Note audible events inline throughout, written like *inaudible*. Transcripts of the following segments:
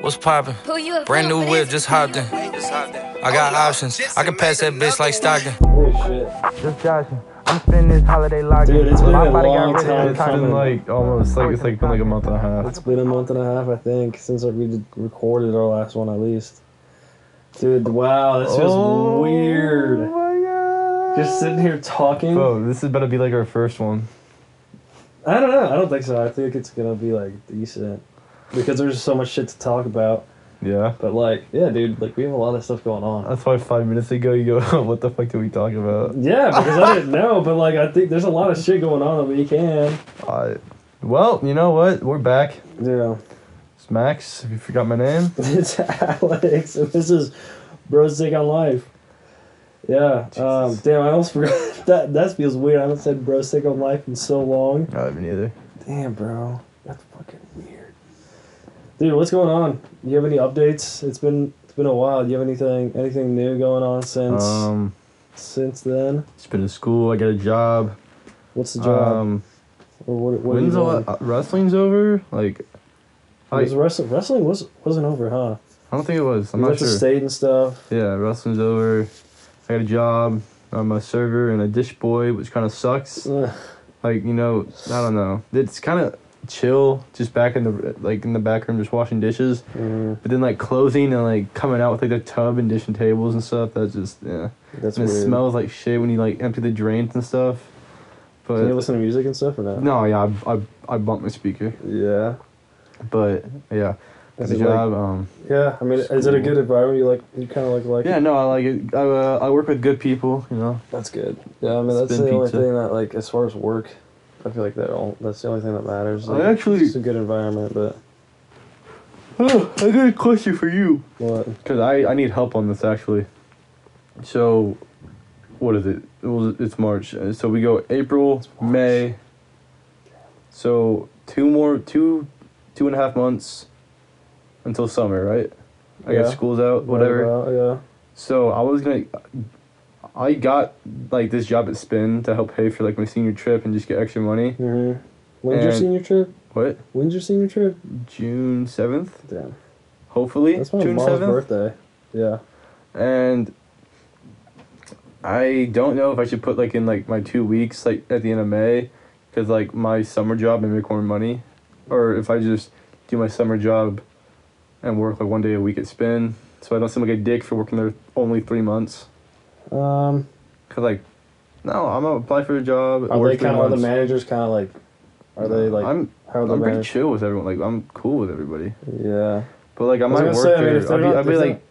What's poppin'? Pull you up, Brand pull new up, whip, please. just hopped in. I got options. I can pass that bitch like Stockton. Just joshing. I'm spending this holiday locked Dude, it's been a long time It's been coming. like almost like it's like been like a month and a half. It's been a month and a half, I think, since we did- recorded our last one, at least. Dude, wow, this feels weird. Oh my Just sitting here talking. Bro, this is better be like our first one. I don't know. I don't think so. I think it's gonna be like decent because there's so much shit to talk about. Yeah. But like, yeah, dude, like we have a lot of stuff going on. That's why five minutes ago you go, *laughs* what the fuck did we talk about? Yeah, because I didn't know, but like I think there's a lot of shit going on that we can. I, well, you know what? We're back. Yeah, It's Max. If you forgot my name. it's *laughs* Alex, and this is Bros Take on Life. Yeah, um, damn, I almost *laughs* forgot that. That feels weird. I haven't said Bros Take on Life in so long. I haven't either. Damn, bro, that's fucking weird. Dude, what's going on? You have any updates? It's been it's been a while. Do you have anything anything new going on since Um, since then? it's been to school. I got a job. What's the job? Um, or what, what are you when's the doing? la- uh, wrestling's over? Like, I, I Was wrestling wrestling was wasn't over, huh? don't think it was. I'm you not went sure. to state and stuff. Yeah, wrestling's over. I got a job. I'm a server and a dish boy, which kind of sucks. *laughs* Ugh. Like you know, I don't know. It's kind of chill, just back in the like in the back room, just washing dishes. Mm, But then like closing and like coming out with like the tub and dishing tables and stuff. That's just yeah. that's and it weird. smells like shit when you like empty the drains and stuff. Can you But listen to music and stuff or not? no, yeah, I I, I bumped my speaker. Yeah. But yeah, got Is the it, like- job. um, Yeah. I mean, is it a School. good environment? You like? You kind of like like? yeah, it? no, I like it. I uh, I work with good people. You know, That's good. Yeah. I mean, It's that's the been only pizza. thing that like as far as work, I feel like that all that's the only thing that matters. I Like, actually- It's a good environment, but oh, *gasps* I got a question for you. what? Cause I, I need help on this actually. So, what is it? it was, it's March. Uh, So we go April, March. May. So two more two, two and a half months, until summer, right? I Yeah. guess school's out, whatever. About, So I was gonna, I got like this job at Spin to help pay for like my senior trip and just get extra money. yeah. hmm When's your And- senior trip? What? When's your senior trip? June seventh, Damn. hopefully. That's my June mom's birthday. Yeah. and I don't know if I should put like in like my two weeks like at the end of May, because like my summer job and make more money, or if I just do my summer job, and work like one day a week at Spin, so I don't seem like a dick for working there only three months. Um. Cause like, no, I'm gonna apply for a job. Are work they three kind of the months. managers? Kind of like, are they like? I'm how are they I'm pretty manage- chill with everyone. Like I'm cool with everybody. Yeah. But like I was might gonna work say, I mean, there. if they're I'll be, not- I'll be if they're- like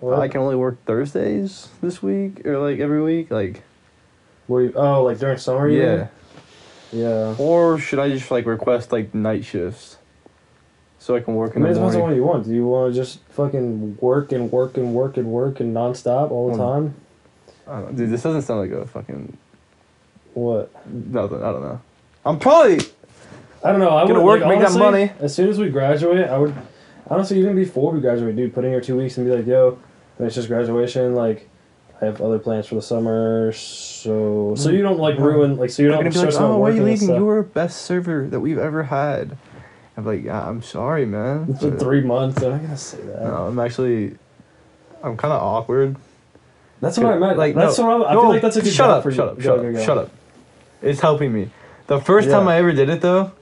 What? I can only work Thursdays this week or like every week like. What do you- oh, like during summer? you yeah. mean? Yeah. Or should I just like request like night shifts, so I can work I in mean, it the depends on morning? what you want. Do you want to just fucking work and work and work and work and nonstop all the Well, time? I don't- dude, this doesn't sound like a fucking What? nothing. I don't know. I'm probably I don't know. I Gonna would work, like, make that honestly, money. As soon as we graduate, I would honestly even before we graduate, dude, put in your two weeks and be like, yo, it's just graduation. Like, I have other plans for the summer, so so you don't like ruin like so you They're don't gonna be like, stress oh, about why are working you and leaving? You stuff were best server that we've ever had. I'm like, yeah, I'm sorry, man. for but- three months. I'm not gonna say that. No, I'm actually, I'm kind of awkward. That's what I meant. Like, that's no, what I, I no, feel like that's a good shut job up, for you. shut up, Go, shut go, up, go. shut up. It's helping me. The first Yeah. time I ever did it though,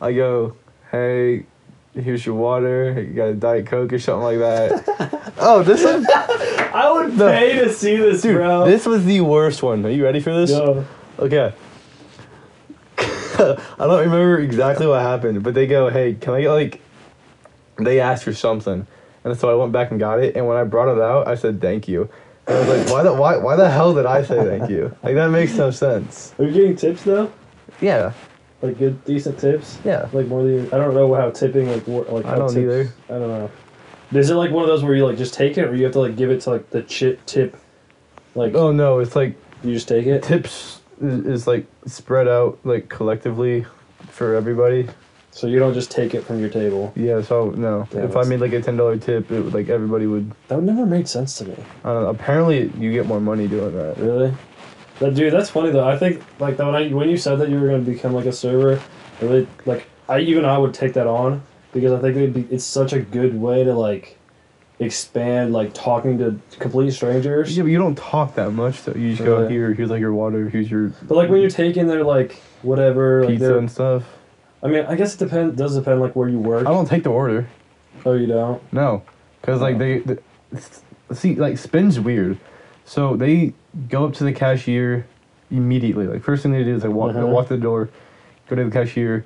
I go, hey, here's your water. You got a diet coke or something like that. *laughs* oh, this is I would No. pay to see this, dude. bro. This was the worst one. Are you ready for this? Yo. Okay. *laughs* I don't remember exactly what happened, but they go, "Hey, can I get like?" They asked for something, and so I went back and got it. And when I brought it out, I said, "Thank you." And I was like, "Why the why why the hell did I say thank you? Like that makes no sense." Are you getting tips though? Yeah, Like good, decent tips? yeah. Like more than I don't know how tipping like wor- like. I how don't tips, either. I don't know. Is it like one of those where you like just take it, or you have to like give it to like the chip tip? Like Oh no, it's like you just take it. tips is, is like spread out like collectively for everybody. So you don't just take it from your table. Yeah, so no. Yeah, if I that's- made like a ten dollar tip, it would like everybody would. That would never made sense to me. I don't know. Apparently, you get more money doing that. Really? That dude, that's funny though. I think like that when I when you said that you were gonna become like a server, I really like I even I would take that on because I think it'd be, it's such a good way to like expand like talking to complete strangers. Yeah, but you don't talk that much though. You just go Really? here. Here's like your water. Here's your But like when you're taking their like whatever, like pizza their, and stuff. I mean, I guess it depends. Does depend like where you work. I don't take the order. Oh, you don't. No, because like they, they see like spin's weird. So they go up to the cashier immediately. Like first thing they do is they walk they Mhm. walk to the door, go to the cashier,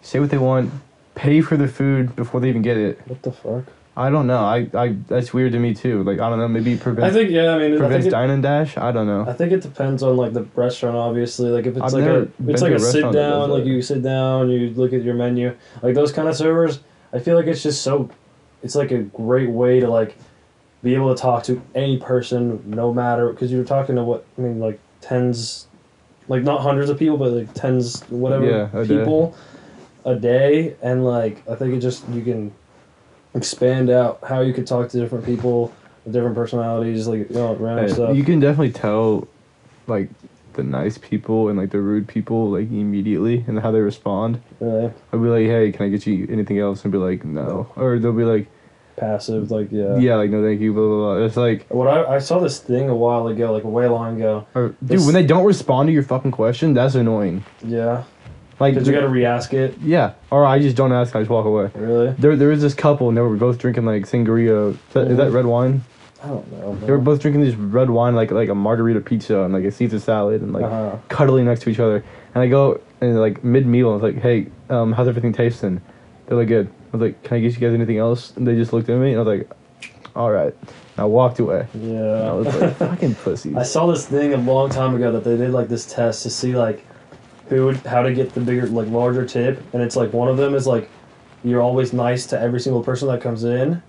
say what they want, pay for the food before they even get it. What the fuck? I don't know. I, I that's weird to me too. Like I don't know. Maybe prevents I think yeah. I mean, I prevents think, it, dine and dash. I don't I know. think it depends on like the restaurant. Obviously, like if it's I've like never a been it's to like a a sit restaurant that does down. Like that. you sit down, you look at your menu. Like those kind of servers, I feel like it's just so. It's like a great way to like be able to talk to any person, no matter because you're talking to what I mean, like tens, like not hundreds of people, but like tens, whatever Yeah, a day. people a day, and like I think it just you can expand out how you could talk to different people. with Different personalities, like you know, random Hey, stuff. you can definitely tell, like the nice people and like the rude people like immediately and how they respond. really. I'll be like, hey, can I get you anything else? And be like, no. Or they'll be like, passive, like yeah. yeah, like no, thank you, blah blah blah. It's like, What I, I saw this thing a while ago, like way long ago. or, dude, This- when they don't respond to your fucking question, that's annoying. Yeah, Like, because you got to re-ask it. yeah, or I just don't ask, I just walk away. Really? There, there was this couple, and they were both drinking like sangria. Is that, is that Mhm. red wine? I don't know. They were both drinking this red wine, like like a margarita pizza and like a Caesar salad, and like Uh-huh. cuddling next to each other. And I go and like mid meal, I was like, hey, um, how's everything tasting? They're like, good. I was like, can I get you guys anything else? And they just looked at me, and I was like, all right. And I walked away. I was yeah. *laughs* like, fucking pussies. I saw this thing a long time ago that they did like this test to see like who would how to get the bigger like larger tip, and it's like one of them is like you're always nice to every single person that comes in,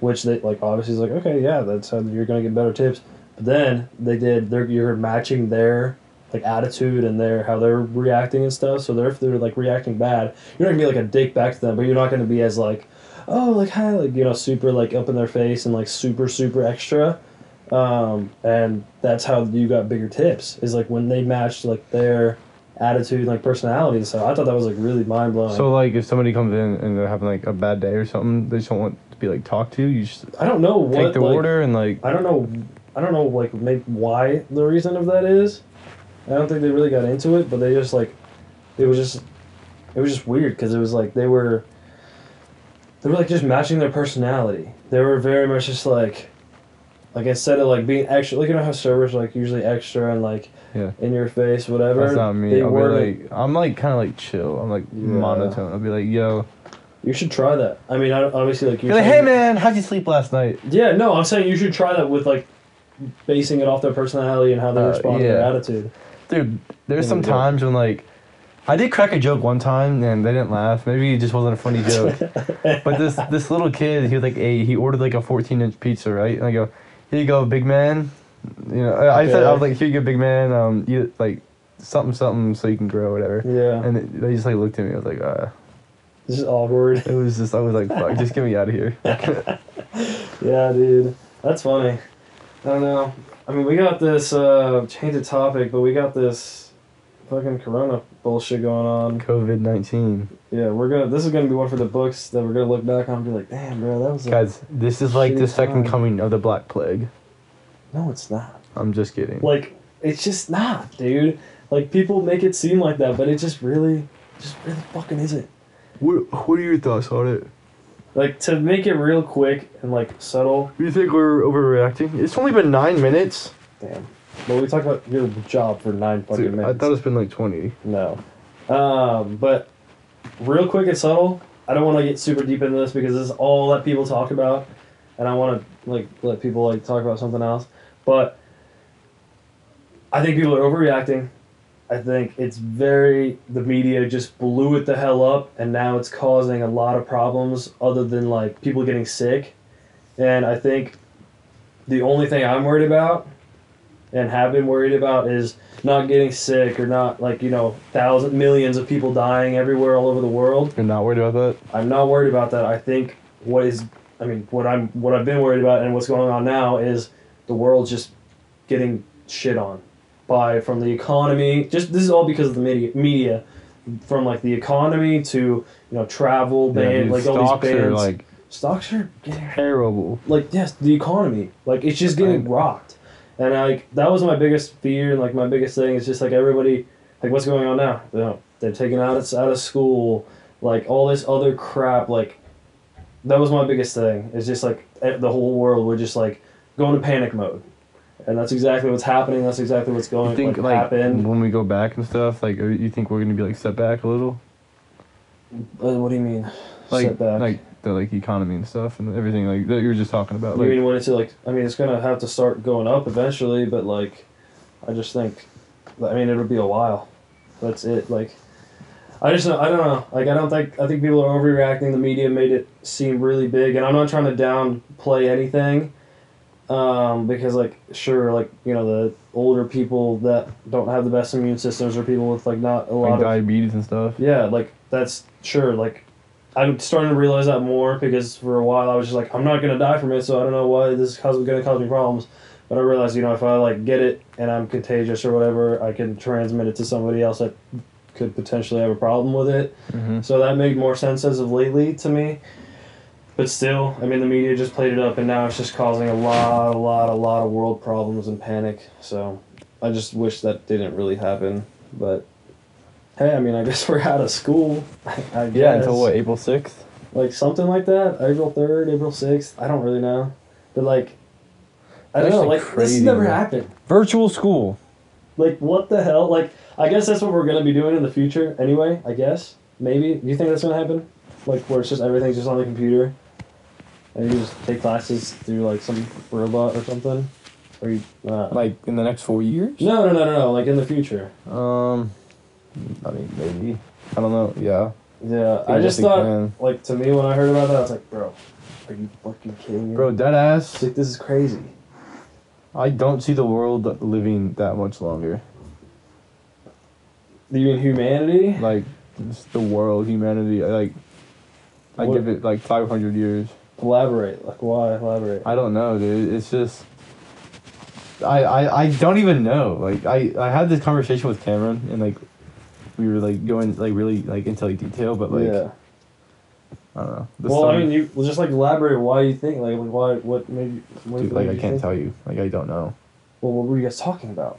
which they like obviously is like okay yeah that's how you're gonna get better tips. But then they did their you're matching their like attitude and their how they're reacting and stuff. So they're if they're like reacting bad, you're not gonna be like a dick back to them, but you're not gonna be as like oh like hi like you know super like up in their face and like super super extra um, and that's how you got bigger tips is like when they matched like their attitude like personality so i thought that was like really mind-blowing So like, if somebody comes in and they're having like a bad day or something, they just don't want to be like talked to. You just i don't know what take their like, order and like. i don't know i don't know like make why the reason of that is i don't think they really got into it but they just like it was just it was just weird because it was like they were they were like just matching their personality they were very much just like like instead of like being extra like you know how servers are like usually extra and like Yeah. in your face whatever That's not me. they I'll weren't- be like, I'm like kind of like chill. I'm like Yeah. monotone. I'll be like, yo, You should try that. I mean, I- obviously, like be you're like, saying- hey man, how'd you sleep last night? Yeah, no, I'm saying you should try that with like basing it off their personality and how they Uh, respond to their yeah. attitude. Dude, there's some Didn't work. times when like, I did crack a joke one time and they didn't laugh. Maybe it just wasn't a funny joke. *laughs* but this this little kid, he was like eight. He ordered like a 14 inch pizza, right? And I go, here you go, big man. You know, I, I said I was like, here you go, big man. Um, you like something something so you can grow whatever. Yeah, And they- they just like looked at me. I was like, uh, this is awkward. *laughs* it was just I was like, fuck, just get me out of here. Yeah, dude, that's funny. I don't know. I mean, we got this uh, change of topic, but we got this fucking corona bullshit going on. COVID nineteen, Yeah, we're gonna. This is gonna be one for the books that we're gonna look back on and be like, damn, bro, that was. a-" guys. This is like the Shitty second time. coming of the Black Plague. No, it's not. I'm just kidding. like it's just not, dude. Like people make it seem like that, but it just really, just really fucking isn't. What What are your thoughts on it? Like to make it real quick and like subtle. You think we're overreacting? It's only been nine minutes. Damn. But we talked about your job for nine fucking Dude, I minutes. thought it's been like twenty. no. Um, but real quick and subtle. I don't want to get super deep into this because this is all that people talk about, and I want to like let people like talk about something else. But I think people are overreacting. I think it's very the media just blew it the hell up, and now it's causing a lot of problems other than like people getting sick. And I think the only thing I'm worried about and have been worried about is not getting sick or not like you know thousand millions of people dying everywhere all over the world. You're not worried about I'm not worried about that. I think what is, I mean, what I'm, what I've been worried about and what's going on now is the world's just getting shit on by from the economy. Just this is all because of the media. Media, from like the economy to you know travel ban dude, like all stocks these are bands. like stocks are getting terrible. like yes, the economy. Like it's just getting Right. rocked. And like that was my biggest fear and like my biggest thing is just like everybody like what's going on now? You know, they're taken out of, out of school, like all this other crap, like that was my biggest thing. It's just like eh, the whole world we're just like going to panic mode. And that's exactly what's happening, that's exactly what's going You think what like happened. when we go back and stuff, like are- you think we're gonna be like set back a little, Uh, what do you mean? like Setback. like the like economy and stuff and everything like that you were just talking about. you Like, mean when it's like I mean it's gonna have to start going up eventually, but like I just think I mean it'll be a while. That's it. Like I just I don't know. Like I don't think I think people are overreacting. The media made it seem really big, and I'm not trying to downplay anything. Um, because like sure, like you know the older people that don't have the best immune systems or people with like not a lot like of diabetes and stuff. yeah, like that's sure. Like I'm starting to realize that more because for a while I was just like, I'm not gonna die from it, so I don't know why this is cause, gonna cause me problems. But I realized, you know, if I like get it and I'm contagious or whatever, I can transmit it to somebody else that could potentially have a problem with it. Mhm. So that made more sense as of lately to me. But still, I mean, the media just played it up, and now it's just causing a lot, a lot, a lot of world problems and panic. So I just wish that didn't really happen. But hey, I mean, I *laughs* guess we're out of school. I, I guess. Yeah, until what April sixth. Like something like that. April 3rd, April 6th. I don't really know. But like, I don't That's, know. Like, like, this has crazy, never man. happened. Virtual school. Like, what the hell? Like, I guess that's what we're gonna be doing in the future anyway. I guess maybe. Do you think that's gonna happen? Like, where it's just everything's just on the computer, and you just take classes through like some robot or something, or you. Uh, Like in the next four years. no, no, no, no, no. Like in the future. Um, I mean maybe. I don't know. Yeah. Yeah, I I just think thought. can. Like to me, when I heard about that, I was like, bro, are you fucking kidding me? Bro, dead It's ass. like this is crazy. I don't see the world living that much longer. You mean humanity? Like, just the world, humanity. I, Like, I What- give it like 500 years. Elaborate. Like why? Elaborate. I don't know, dude. It's just. I, I, I don't even know. Like I, I had this conversation with Cameron and like we were like going like really like into like detail, but like yeah. I don't know. The Well, I sun- mean, you well, just like elaborate why you think like why what made you what dude, made like you I can't think- tell you. Like I don't know. Well, what were you guys talking about?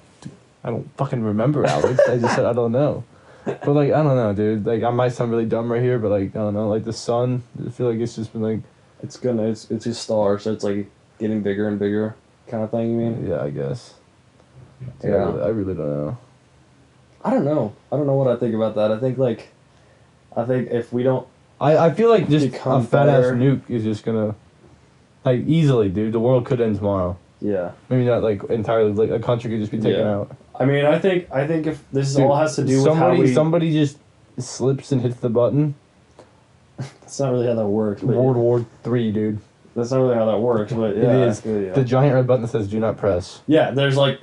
I don't fucking remember, Alex. I just said I don't know. But like I don't know, dude. Like I might sound really dumb right here, but like I don't know. Like the sun, I feel like it's just been like It's gonna it's it's a star, so it's like getting bigger and bigger kind of thing. You mean? yeah, I guess. Dude, I, Yeah. really, I really don't know. I don't know. I don't know what I think about that. I think like, I think if we don't I, I feel like just Become a fat ass better. nuke is just gonna like easily, dude. The world could end tomorrow. yeah. Maybe not like entirely. Like a country could just be taken Yeah. out. I mean, I think I think if this is Dude, all has to do with how somebody. we. Somebody just slips and hits the button. that's not really how that works. But World War Three, dude. That's not really how that works. But yeah, it is yeah, yeah. the giant red button that says "Do not press." Yeah, there's like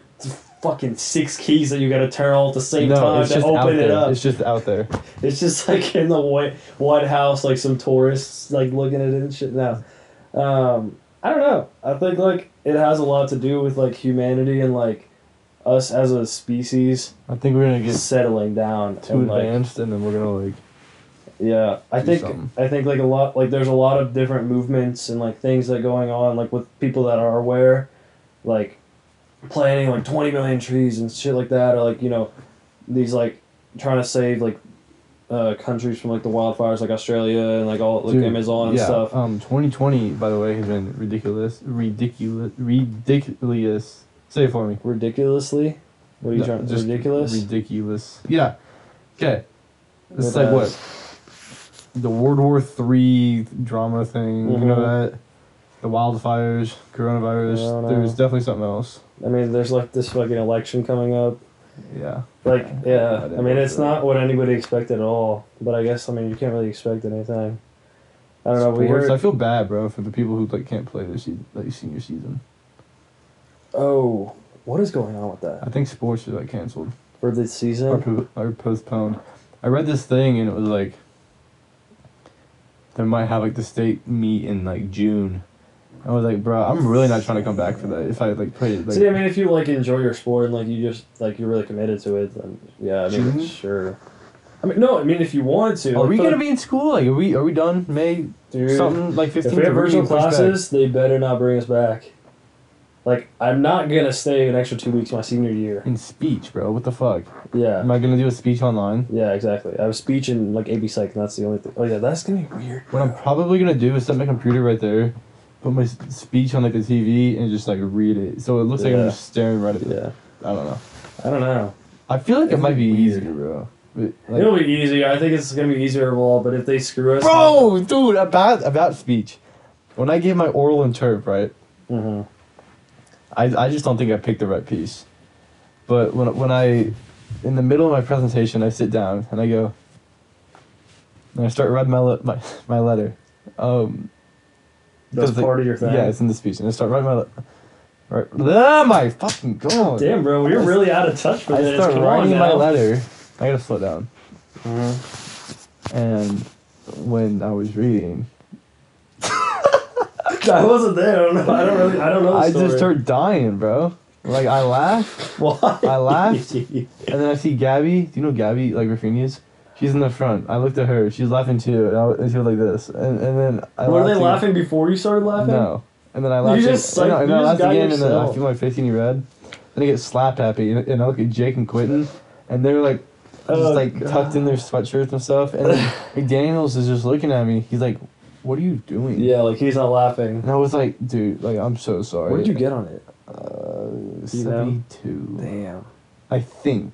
fucking six keys that you gotta turn all at the same time to out open it there. up. It's just out there. It's just *laughs* like in the White White House, like some tourists like looking at it and shit. Now, um, I don't know. I think like it has a lot to do with like humanity and like us as a species I think we're gonna get settling down. too and, like, advanced, and then we're gonna like yeah, I do think something. I think like a lot like there's a lot of different movements and like things that are going on like with people that are aware, like planting like twenty million trees and shit like that, or like you know, these like trying to save like uh, countries from like the wildfires, like Australia and like all like Dude, Amazon and yeah. stuff. Um, 2020, by the way, has been ridiculous, ridiculous, ridiculous. Say it for me. Ridiculously, what are you No, trying? just ridiculous. Ridiculous. Yeah. Okay. It's With, like uh, what? The World War Three drama thing. You know Mhm. that. The wildfires, coronavirus. I don't know. There's definitely something else. I mean, there's like this fucking election coming up. Yeah. Like, yeah, I I didn't mean, know it's that. not what anybody expected at all. But I guess I mean you can't really expect anything. I don't know. We Sports, heard. I feel bad, bro, for the people who like can't play their season, like senior season. Oh, what is going on with I that think sports are like canceled for this season? or, po- or postponed. I read this thing and it was like they might have like the state meet in like June. I was like, bro, I'm really not trying to come back for that. If I like played, like, See, I mean, if you like enjoy your sport and like you just like you're really committed to it, then yeah, I mean, June? sure. I mean, no, I mean, if you wanted to. Are like, we but, gonna be in school? Like, are we are we done May dude, something like If fifteen? we have virtual classes, they better not bring us back. Like, I'm not gonna stay an extra two weeks my senior year. in speech, bro. What the fuck? Am Yeah, I gonna do a speech online? yeah, exactly. I have speech and like AB Psych, and that's the only thing. Oh yeah, that's gonna be weird. What I'm probably gonna do is set my computer right there, put my s- speech on like the TV, and just like read it. So it looks like Yeah. I'm just staring right at it. Yeah, I don't know. I don't know. I feel like it It'd might be be weird. easier, bro. But, like- It'll be easier. I think it's gonna be easier overall. But if they screw us, Bro, dude, about about speech. When I gave my oral interp, right, Mm-hmm. hmm I, I just don't think I picked the right piece. But when when I, in the middle of my presentation, I sit down and I go. And I start writing my le- my *laughs* my letter. Um, that's 'cause, like, part of your thing. Yeah, it's in the speech, and I start writing my. Le- right, oh my fucking god! Damn, bro, you're really out of touch with I it. start Come on writing my now. letter. I gotta slow down. Mhm. And when I was reading, *laughs* I wasn't there. I don't know. I don't really. I don't know. The I story. just start dying, bro. Like I laugh, Why? *laughs* I laughed, and then I see Gabby. Do you know Gabby? Like Rafinha is. She's in the front. I looked at her. She's laughing too, and, I, and she was like this. And and then I Were they laughed laughing before you started again. laughing? No. And then I laughed. just, ag- like, and, you I just laughed got again, and then I yourself. feel my face getting red. Then I get slap happy, and, and I look at Jake and Quentin, and they're like. Oh, Just like God. tucked in their sweatshirts and stuff, and *laughs* then like, Daniels is just looking at me. He's like, "What are you doing?" Yeah, like he's not laughing. and I was like, "Dude, like I'm so sorry." What did you get on it? Uh, you know? seventy-two. Damn. I think.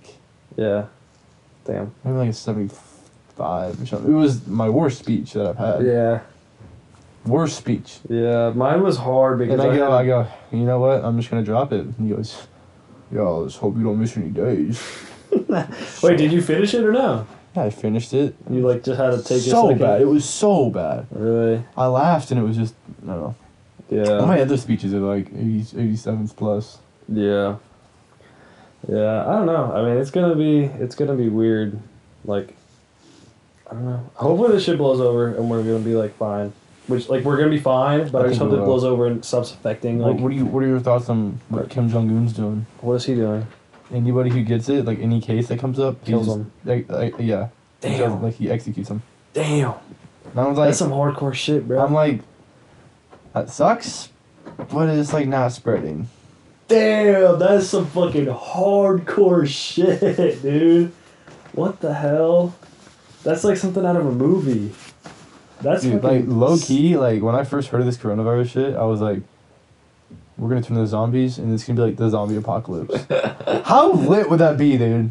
Yeah. Damn. Maybe like a 75 or something. It was my worst speech that I've had. Yeah. Worst speech. Yeah. Mine was hard because And I go, had- I go, you know what? I'm just going to drop it. And he goes, yo, let's hope you don't miss any days. Wait, did you finish it or no? Yeah, I finished it. You like just had to take your so second- bad. It was so bad. Really? I laughed and it was just, I don't know. Yeah. All Oh my other speeches are like 80, 87s plus. Yeah. Yeah, I don't know. I mean, it's gonna be it's gonna be weird. Like, I don't know. Hopefully, this shit blows over and we're gonna be like fine. Which like we're gonna be fine, but I, I just think hope we it will. blows over and stops affecting. What, Like, what, are you, what are your thoughts on what Kim Jong Un's doing? what is he doing? Anybody who gets it, like any case that comes up, he Kills just- him. Like, like, yeah. He does- Damn. Like he executes him. Damn, And I was like, that's some hardcore shit, bro. I'm like, that sucks, but it's like not spreading. Damn, that's some fucking hardcore *laughs* shit, dude. What the hell? That's like something out of a movie. That's Dude, like fucking low key, like when I first heard of this coronavirus shit, I was like, we're gonna turn into zombies, and it's gonna be like the *laughs* zombie apocalypse. How lit would that be, dude?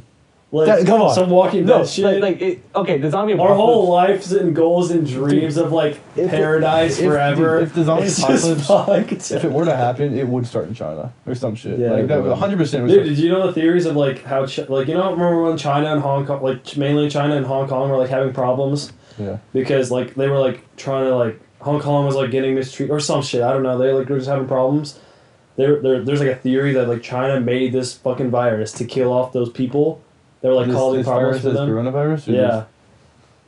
Like, That- come on. some walking dead shit. it, okay, the zombie Our whole lives and goals and dreams of like If- paradise if- forever. dude, if the zombie it's just fucked. If it were to happen, it would start in China or some shit. Yeah, like it that, would. one hundred percent. Dude, did you know the theories of like how, Ch- like you know, remember when China and Hong Kong, like Ch- mainland China and Hong Kong were like having problems Yeah, because like they were like trying to like Hong Kong was like getting mistreated or some shit. I don't know. They like were just having problems. There, there, there's like a theory that like China made this fucking virus to kill off those people that were like This- causing this problems virus for is them. coronavirus. or Yeah. just-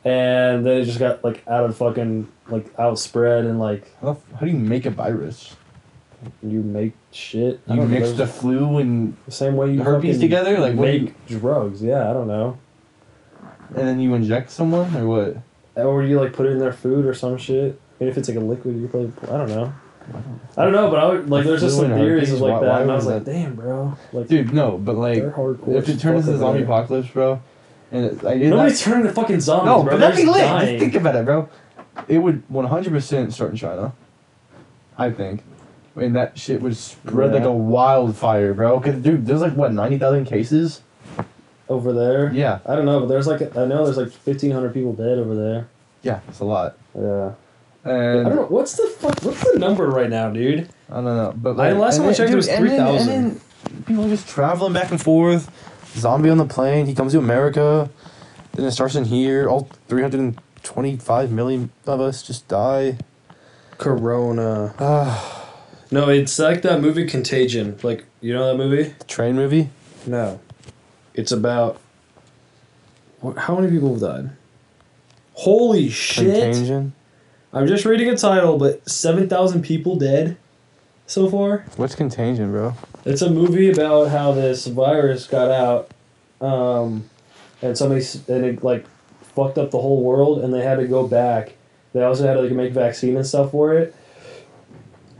And then it just got like out of fucking like outspread and like How, the f- how do you make a virus? you make shit. I You don't mix know. the flu and the same way you herpes fucking together? Like, what do make drugs. Yeah, I don't know. and then you inject someone or what? Or you like put it in their food or some shit. And if it's like a liquid, you probably I don't know. I don't know, but I would like. There's just some Flu and theories herpes, of like why- that, why and I was was like, damn, bro, like Dude, no, but like, they're hardcore. if it as turns fuck into over zombie there. apocalypse, bro, and it, like, it, nobody's turning into fucking zombies. no, bro. but that'd They're be just lit. dying. Just think about it, bro. It would 100% start in China, I think. And that shit would spread like Yeah. a wildfire, bro. Cause dude, there's like what 90,000 cases. over there. Yeah, I don't know, but there's like I know there's like 1,500 people dead over there. yeah, it's a lot. Yeah. I don't And know. What's the fuck? What's the number right now, dude? I don't know, but I- like, last and time I then- checked, it dude, was and then- 3,000. and then People just traveling back and forth. Zombie on the plane. He comes to America. Then it starts in here. All 325 million of us just die. Corona. Ah, *sighs* No, it's like that movie Contagion. Like you know that movie? the train movie. No. It's about. What, how many people have died? Holy shit! Contagion. I'm just reading a title, but seven thousand people dead so far. What's Contagion, bro? It's a movie about how this virus got out, um, and somebody s- and it like fucked up the whole world, and they had to go back. They also had to like make vaccine and stuff for it.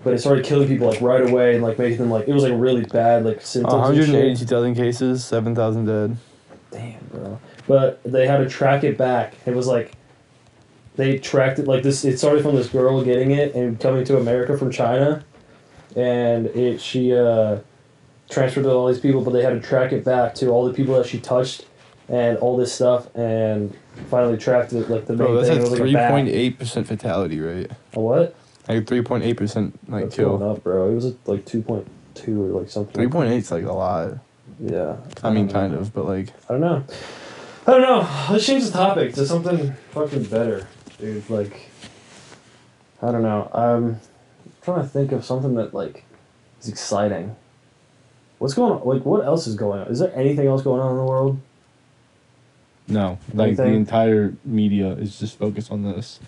But it started killing people like right away and like making them like it was like really bad like symptoms. and shit. 182,000 cases, 7,000 dead. Damn, bro. But they had to track it back. It was like they tracked it like this. It started from this girl getting it and coming to America from China, and it she uh, transferred to all these people. But they had to track it back to all the people that she touched and all this stuff, and finally tracked it like the main Bro, that's thing. a it was like a bat. 3.8% fatality rate. A what? Like 3.8% like That's going kill. up, bro. It was like two point two or like something. 3.8 is like a lot. Yeah. I mean, kind of, but like, I don't know. I don't know. Let's change the topic to something fucking better, dude. Like, I don't know. I'm trying to think of something that like is exciting. What's going on? Like, what else is going on? Is there anything else going on in the world? no. Like Like, the that? entire media is just focused on this.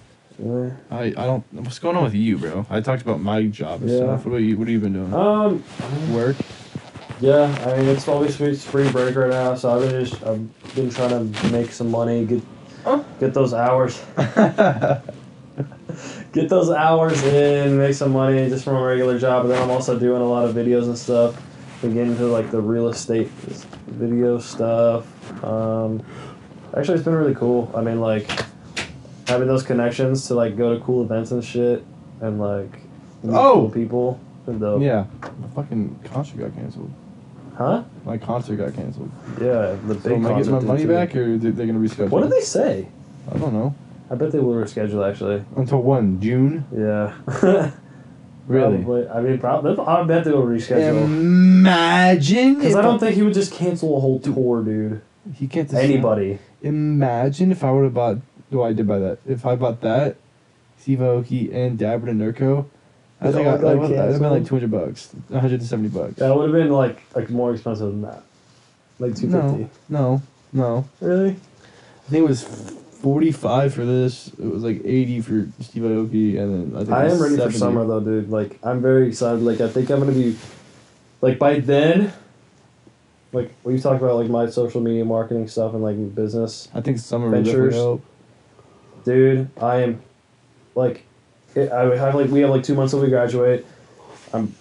Really? I, I don't. What's going on with you, bro? I talked about my job and Yeah. stuff. What about you? What have you been doing? Um. *laughs* Work. Yeah. I mean, it's obviously spring break right now, so I've been just I've been trying to make some money, get get those hours, *laughs* get those hours in, make some money just from a regular job. But then I'm also doing a lot of videos and stuff. We get into like the real estate video stuff. Um, actually, it's been really cool. I mean, like having those connections to like go to cool events and shit, and like meet Oh! cool people. And the, yeah. My fucking concert got canceled. Huh? My concert got canceled. Yeah. The big. So am I concert getting my did money too. back, or are they going to reschedule? What did they say? I don't know. I bet they will reschedule. Actually. Until when? June? Yeah. *laughs* Really? Probably. I mean, probably. I bet they will reschedule. Imagine. Because if I don't think he would just cancel a whole tour, dude. he can't. decide. Anybody. Imagine if I would have bought. Well, I did buy that. If I bought that, Steve Aoki and Dabber and Nurko, I It think all I, got that would have been canceled? like two hundred bucks, one hundred and seventy bucks. That would have been like like more expensive than that. Like two fifty. No, no, no. Really? I think it was forty five for this. It was like eighty for Steve Aoki, and then I think I it was am ready 70. for summer though, dude. Like I'm very excited. Like I think I'm gonna be, like by then. Like we talked about, like my social media marketing stuff and like business. I think summer would definitely Ventures. help. dude i am like it, i would have like we have like two months till we graduate i'm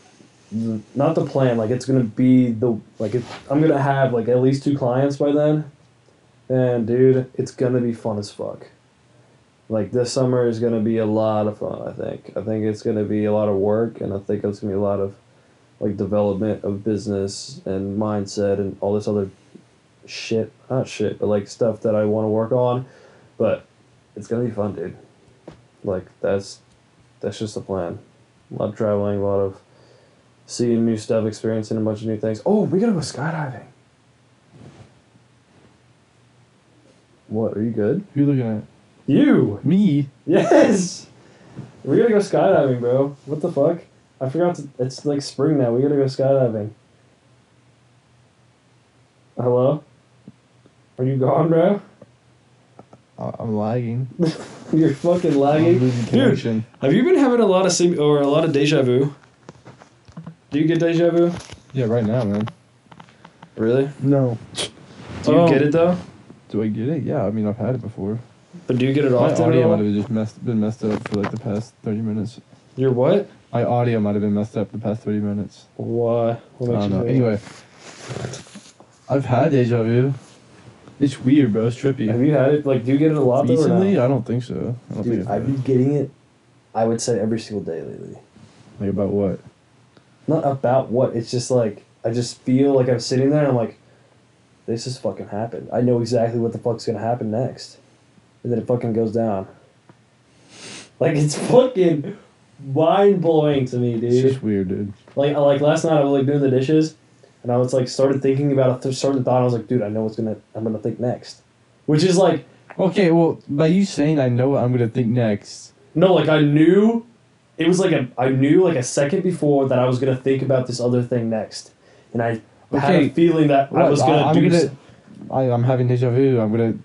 not the plan like it's gonna be the like it, i'm gonna have like at least two clients by then and dude it's gonna be fun as fuck like this summer is gonna be a lot of fun i think i think it's gonna be a lot of work and i think it's gonna be a lot of like development of business and mindset and all this other shit not shit but like stuff that i want to work on but it's gonna be fun, dude. Like that's that's just the plan. A lot of traveling, a lot of seeing new stuff, experiencing a bunch of new things. Oh, we gotta go skydiving. What are you good? Who you looking You *laughs* at? Me. yes. We gotta go skydiving, bro. What the fuck? I forgot to. It's like spring now. We gotta go skydiving. Hello. Are you gone, bro? *laughs* I- I'm lagging. You're fucking I'm lagging, losing dude. connection. Have you been having a lot of sim- or a lot of deja vu? Do you get deja vu? Yeah, right now, man. Really? No. Do you Oh. get it though? Do I get it? Yeah, I mean I've had it before. But do you get it My often? at audio all? might have just messed been messed up for like the past thirty minutes. Your what? My audio might have been messed up the past thirty minutes. Why? What I makes don't you know. think- Anyway, I've had deja vu. It's weird, bro. It's trippy. Have you had it? Like, do you get it a lot Recently, though? I don't think so. I don't Recently, think I've had. getting it. I would say every single day lately. Like about what? Not about what. It's just like I just feel like I'm sitting there and I'm like, this is fucking happened. I know exactly what the fuck's gonna happen next, and then it fucking goes down. Like it's fucking mind blowing to me, dude. It's just weird, dude. like I- like last night I was like doing the dishes, and I was like started thinking about a th- certain thought. I was like, dude, I know what's gonna I'm gonna think next, which is like Okay, well, by you saying I know what I'm gonna think next, no, like I knew, it was like a I knew like a second before that I was gonna think about this other thing next, and I had Okay. a feeling that I What? was gonna I, am do. gonna. s- I, am having deja vu. I'm gonna.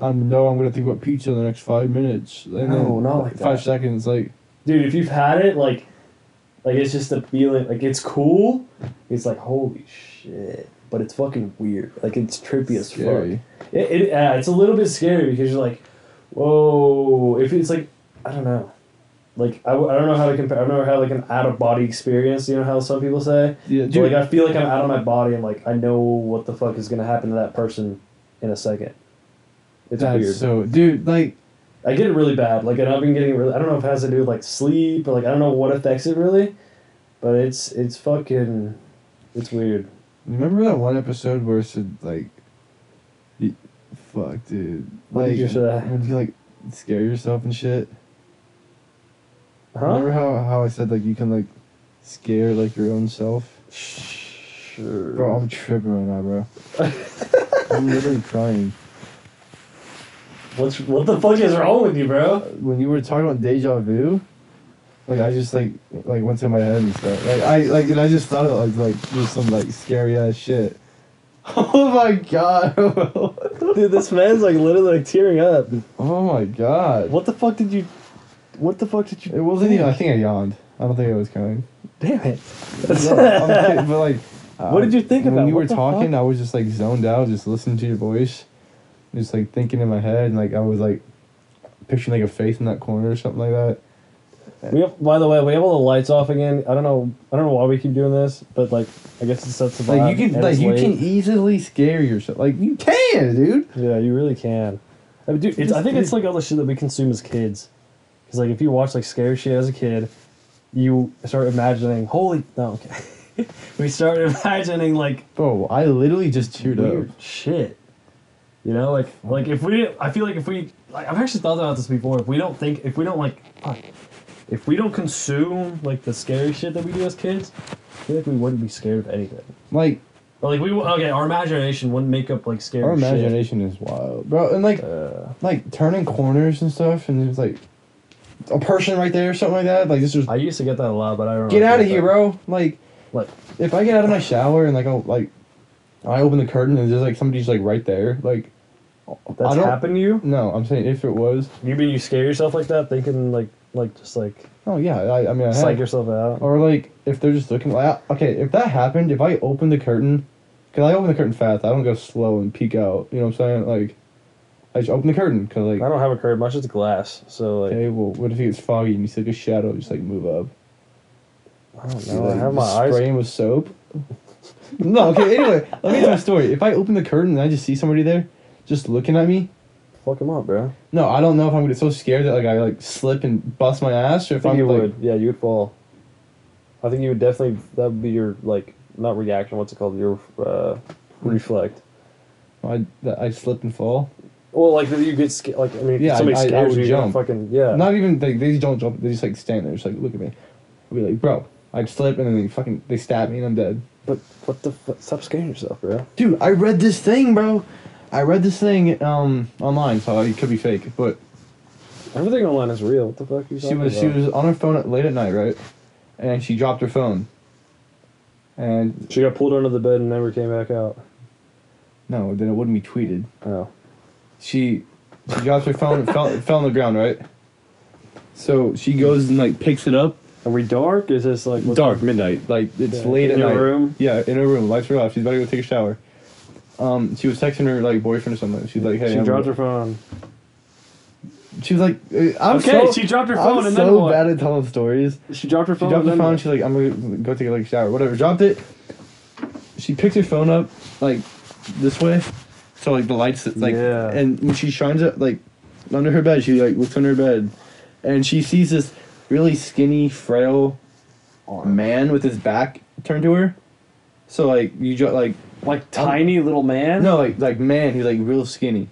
I know I'm gonna think about pizza in the next five minutes. And then No, not like five that. seconds. Like dude, if you've had it, like, like it's just a feeling. Like it's cool. It's like holy shit. but it's fucking weird. Like it's trippy as Scary. fuck. It, it uh, it's a little bit scary because you're like, whoa. If it's like, I don't know. Like I, w- I don't know how to compare. I've never had like an out of body experience. You know how some people say. Yeah, But, dude. like I feel like I'm out of my body and like I know what the fuck is gonna happen to that person in a second. It's That's weird. so, dude. Like, I get it really bad. Like, and I've been getting it really. I don't know if it has to do with like sleep or like I don't know what affects it really, but it's it's fucking, it's weird. remember that one episode where it said like, y- fuck, dude. What like, did you say? when you like scare yourself and shit. Huh? Remember how how I said like you can like scare like your own self. Sure. Bro, I'm tripping right now, bro. *laughs* I'm literally crying. What's what the fuck is wrong with you, bro? When you were talking about deja vu, like I just like like went to my head and stuff. Like I like and I just thought of like like just some like scary ass shit. *laughs* Oh my god. *laughs* *laughs* Dude, this man's like literally like tearing up. oh my god. What the fuck did you? What the fuck did you? It wasn't even. I think I yawned. I don't think I was crying. Damn it! I'm kidding, but like, What did Uh, you *laughs* think when about? you What were the talking? I was just like zoned out, just listening to your voice, just like thinking in my head, and like I was like picturing like a face in that corner or something like that. We have, by the way, we have all the lights off again. I don't know. I don't know why we keep doing this, but like, I guess it sets the vibe. Like you can, and like it's you late. can easily scare yourself. Like you can, dude. Yeah, you really can. I mean, dude, it's, I think it's like all the shit that we consume as kids. Because like if you watch like scary shit as a kid, you start imagining. Holy no, okay. *laughs* we start imagining like Bro, I literally just chewed weird up. shit. You know, like like if we, I feel like if we, like, I've actually thought about this before. If we don't think, if we don't like, fuck, if we don't consume like the scary shit that we do as kids, I feel like we wouldn't be scared of anything. Like Or like we wou- okay, our imagination wouldn't make up like scary. our shit. imagination is wild, bro. And like, Uh, like turning corners and stuff, and there's like a person right there or something like that. Like this was I used to get that a lot, but I don't. get really out of get here, that. bro. Like, Like- if I get out of my shower and like, I'll, like, I open the curtain and there's like somebody's like right there. Like, That's I don't- happened to you? no, I'm saying if it was, You mean you scare yourself like that, thinking like like just like oh yeah, I, I mean, I have. psych yourself out? or like if they're just looking. Like, I- okay, if that happened, if I open the curtain, cause I open the curtain fast. I don't go slow and peek out. You know what I'm saying? Like, I just open the curtain, cause I like, don't have a curtain, much as glass, so like okay, well, what if it gets foggy and you see like a shadow just like move up? I don't You, know. I like, have my eyes. spraying with soap. no, okay. Anyway, let me tell a story. If I open the curtain and I just see somebody there, just looking at me. Fuck him up, bro. No, I don't know if I'm gonna get so scared that like I like slip and bust my ass, or I if think I'm you like, would. Yeah, you would fall. I think you would definitely. That would be your like not reaction. What's it called? Your uh, reflect. I that I slip and fall. Well, like that you get scared. Like I mean, Yeah, if somebody I- I- I scares would you. you're gonna jump. Fucking yeah. Not even like they just don't jump. They just like stand there, just like look at me. I'd be like, bro, I'd slip and then they fucking they stab me and I'm dead. but what the fuck? Stop scaring yourself, bro. Dude, I read this thing, bro. I read this thing um online, so it could be fake, but Everything online is real. What the fuck? Are you she talking was she about? was on her phone at, late at night, right? And she dropped her phone. And She got pulled under the bed and never came back out. no, then it wouldn't be tweeted. Oh. She she dropped her phone, *laughs* it fell it fell on the ground, right? So she goes and like picks it up. Are we dark? Is this like what's- Dark, midnight, like it's Yeah. late In at your night. room? Yeah, in her room. Lights are off. She's about to go take a shower. Um, she was texting her like boyfriend or something. She's like, hey, she I'm- dropped her phone. She was like, uh, I'm okay, so, she dropped her I'm phone and so then what? bad at telling stories. She dropped her She phone. dropped her and phone. then She's like, I'm gonna go take a like shower, whatever. Dropped it. She picked her phone up like this way, so like the lights like, Yeah. and when she shines it like under her bed, she like looks under her bed, and she sees this really skinny, frail man with his back turned to her. So like you just like what? like tiny little man. no like like man, he's like real skinny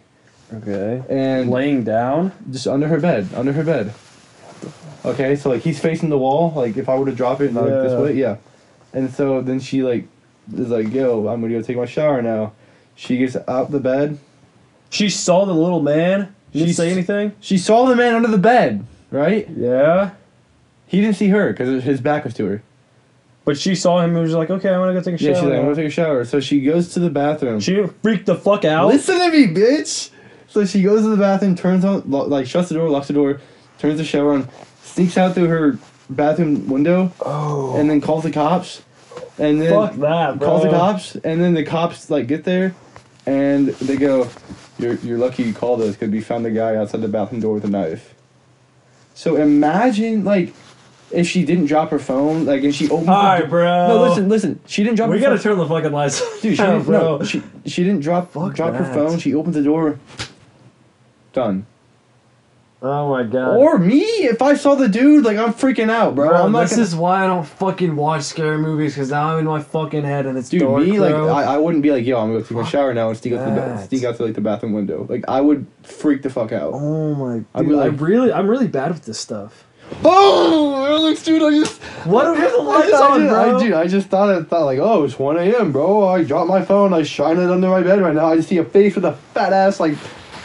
Okay. and Laying down. just under her bed, under her bed. Okay, so like he's facing the wall. Like if I were to drop it and like this Yeah. way, yeah. And so then she like is like, "Yo, I'm gonna go take my shower now." She gets out the bed. She saw the little man. Did she She's- say anything? She saw the man under the bed, right? Yeah. He didn't see her because his back was to her. But she saw him and was like, okay, I'm gonna go take a Yeah, shower. she's like, "I'm now." gonna take a shower." So she goes to the bathroom. she freaked the fuck out. Listen to me, bitch. So she goes to the bathroom, turns on, lo- like shuts the door, locks the door, turns the shower on, sneaks out through her bathroom window, Oh. and then calls the cops. and then Fuck that, bro. calls the cops, and then the cops like get there, and they go, "You're you're lucky you called us because we found the guy outside the bathroom door with a knife." So imagine like if she didn't drop her phone, like if she opened. All the right, do- bro. No, listen, listen. She didn't drop. We her gotta phone. turn the fucking lights off, Dude, she now, didn't, bro. no, she, she didn't drop Fuck drop her that. phone. She opened the door. Done. oh my god. Or me, if I saw the dude, like I'm freaking out, bro. I'm not this gonna, is why I don't fucking watch scary movies because now I'm in my fucking head and it's dude. dark, me, bro. like I, I wouldn't be like, yo, I'm gonna go take my Fuck shower now and sneak out to the ba- that. sneak out to like the bathroom window. Like I would freak the fuck out. oh my. Dude, I'd be I like- really, I'm really bad with this stuff. Oh, Alex, dude, I just What are *laughs* the I, lights I on, just, Oh bro? I, dude, I just thought I thought like, oh, it's 1 a.m., bro. I dropped my phone. I shine it under my bed right now. I just see a face with a fat ass like.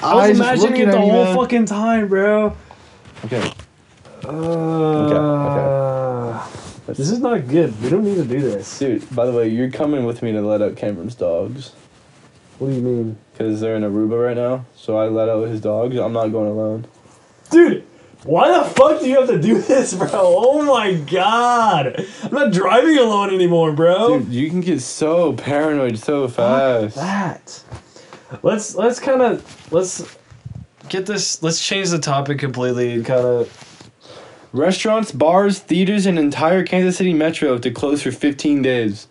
I was eyes just imagining looking it at the me, whole man. fucking time, bro. Okay. Uh, okay. This is not good. We don't need to do this. Dude, by the way, you're coming with me to let out Cameron's dogs. What do you mean? Because they're in Aruba right now, so I let out his dogs. I'm not going alone. Dude, why the fuck do you have to do *laughs* this, bro? Oh my god. I'm not driving alone anymore, bro. Dude, you can get so paranoid so fast. That. Let's let's kind of let's get this let's change the topic completely and kind of Restaurants, bars, theaters, and entire Kansas City metro to close for 15 days.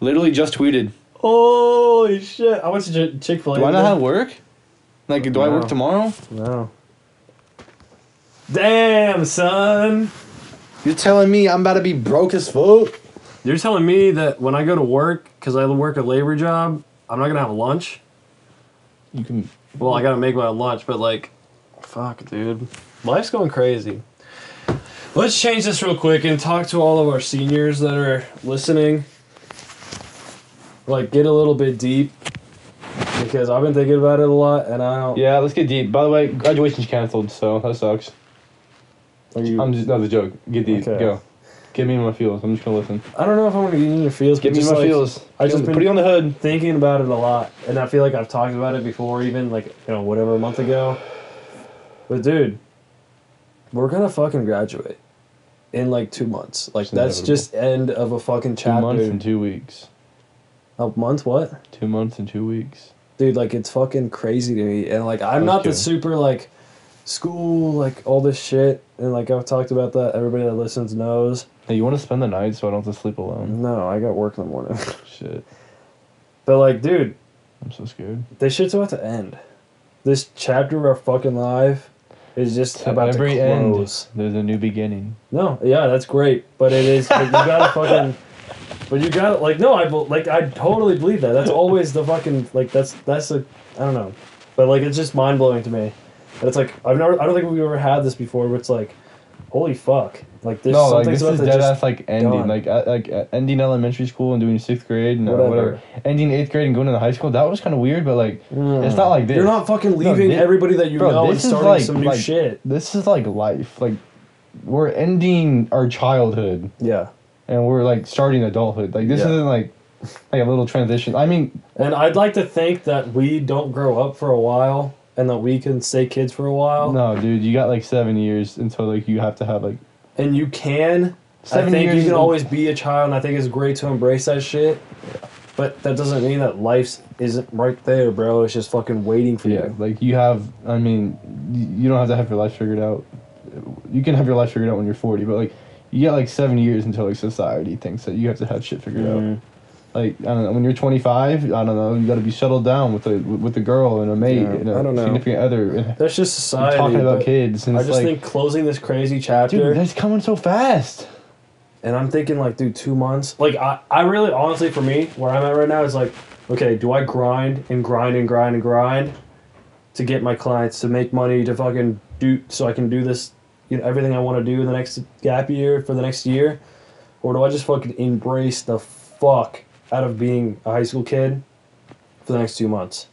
Literally just tweeted. Holy shit. I went to Ch- Chick-fil-A. Do I not today. have work? Like, do I No. work tomorrow? No. Damn, son. You're telling me I'm about to be broke as fuck? You're telling me that when I go to work cuz I work a labor job, I'm not going to have lunch? You can. Well, I gotta make my lunch, but like, fuck, dude, life's going crazy. Let's change this real quick and talk to all of our seniors that are listening. Like, get a little bit deep because I've been thinking about it a lot, and I don't. Yeah, let's get deep. By the way, graduation's canceled, so that sucks. Are you, I'm just that was a joke. Get deep. Okay. Go. Get me in my feels. I'm just gonna listen. I don't know if I'm gonna get in your feels. Get but me in just my like, feels. I Feel just me. been- put it on the hood. Thinking about it a lot, and I feel like I've talked about it before, even like you know whatever a month ago. But dude, we're gonna fucking graduate in like two months. Like It's that's inevitable. just end of a fucking Two months chapter. and two weeks. A month, what? Two months and two weeks. Dude, like it's fucking crazy to me. And like I'm was not the kidding. super like school like all this shit. And like I've talked about that. Everybody that listens knows. Hey, you want to spend the night so I don't have to sleep alone? No, I got work in the morning. *laughs* Shit, but like, dude, I'm so scared. this shit's about to end. This chapter of our fucking life is just To about to every end, close. there's a new beginning. No, yeah, that's great, but it is. But you *laughs* gotta fucking. But you gotta like no, I bel- like I totally believe that. That's always the fucking like that's that's a I don't know, but like it's just mind blowing to me. And it's like I've never I don't think we've ever had this before. But it's like, holy fuck! Like there's no, like something's this is about dead to just ass like ending, done. like uh, like uh, ending elementary school and doing sixth grade and uh, Whatever. whatever. ending eighth grade and going into high school. That was kind of weird, but like it's not like this. Mm. you're not fucking No, leaving thi- everybody that you bro, know and this is starting like- some new like- shit. This is like life. Like we're ending our childhood Yeah, and we're like starting adulthood. Like this Yeah. isn't like like a little transition. I mean, and I'd like to think that we don't grow up for a while and that we can stay kids for a while. no, dude, you got like seven years until like you have to have like and you can. I Seven think you years can in- always be a child, and I think it's great to embrace that shit. But that doesn't mean that life isn't right there, bro. It's just fucking waiting for Yeah, you. like you have. I mean, y- you don't have to have your life figured out. You can have your life figured out when you're forty, but like you got like seven years until like society thinks that you have to have shit figured out. Mm-hmm. Like I don't know, when you're twenty five, I don't know, you got to be settled down with a with a girl and a mate Yeah, and a I don't know. significant other. And That's just society. talking about but kids, and I it's just like, think closing this crazy chapter, dude, that's coming so fast. and I'm thinking like, dude, two months. Like, I, I really, honestly, for me, where I'm at right now is like, okay, do I grind and grind and grind and grind to get my clients to make money to fucking do so I can do this, you know, everything I want to do in the next gap year for the next year, or do I just fucking embrace the fuck out of being a high school kid for the next two months?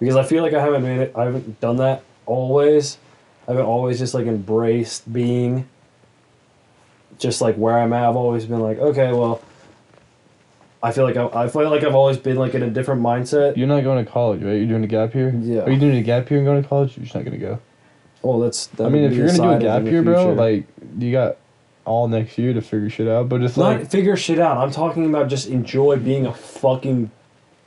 Because I feel like I haven't made it. I haven't done that always. I haven't always just like embraced being just like where I'm at, I've always been like, okay, well, I feel like I, I feel like I've always been like in a different mindset. You're not going to college, right? You're doing a gap year. Yeah. Are you doing a gap year and going to college? You're just not going to go. Well, that's. That I mean, would if be you're the gonna do a side of gap the year, bro, future. like you got all next year to figure shit out, but it's like Not figure shit out. I'm talking about just enjoy being a fucking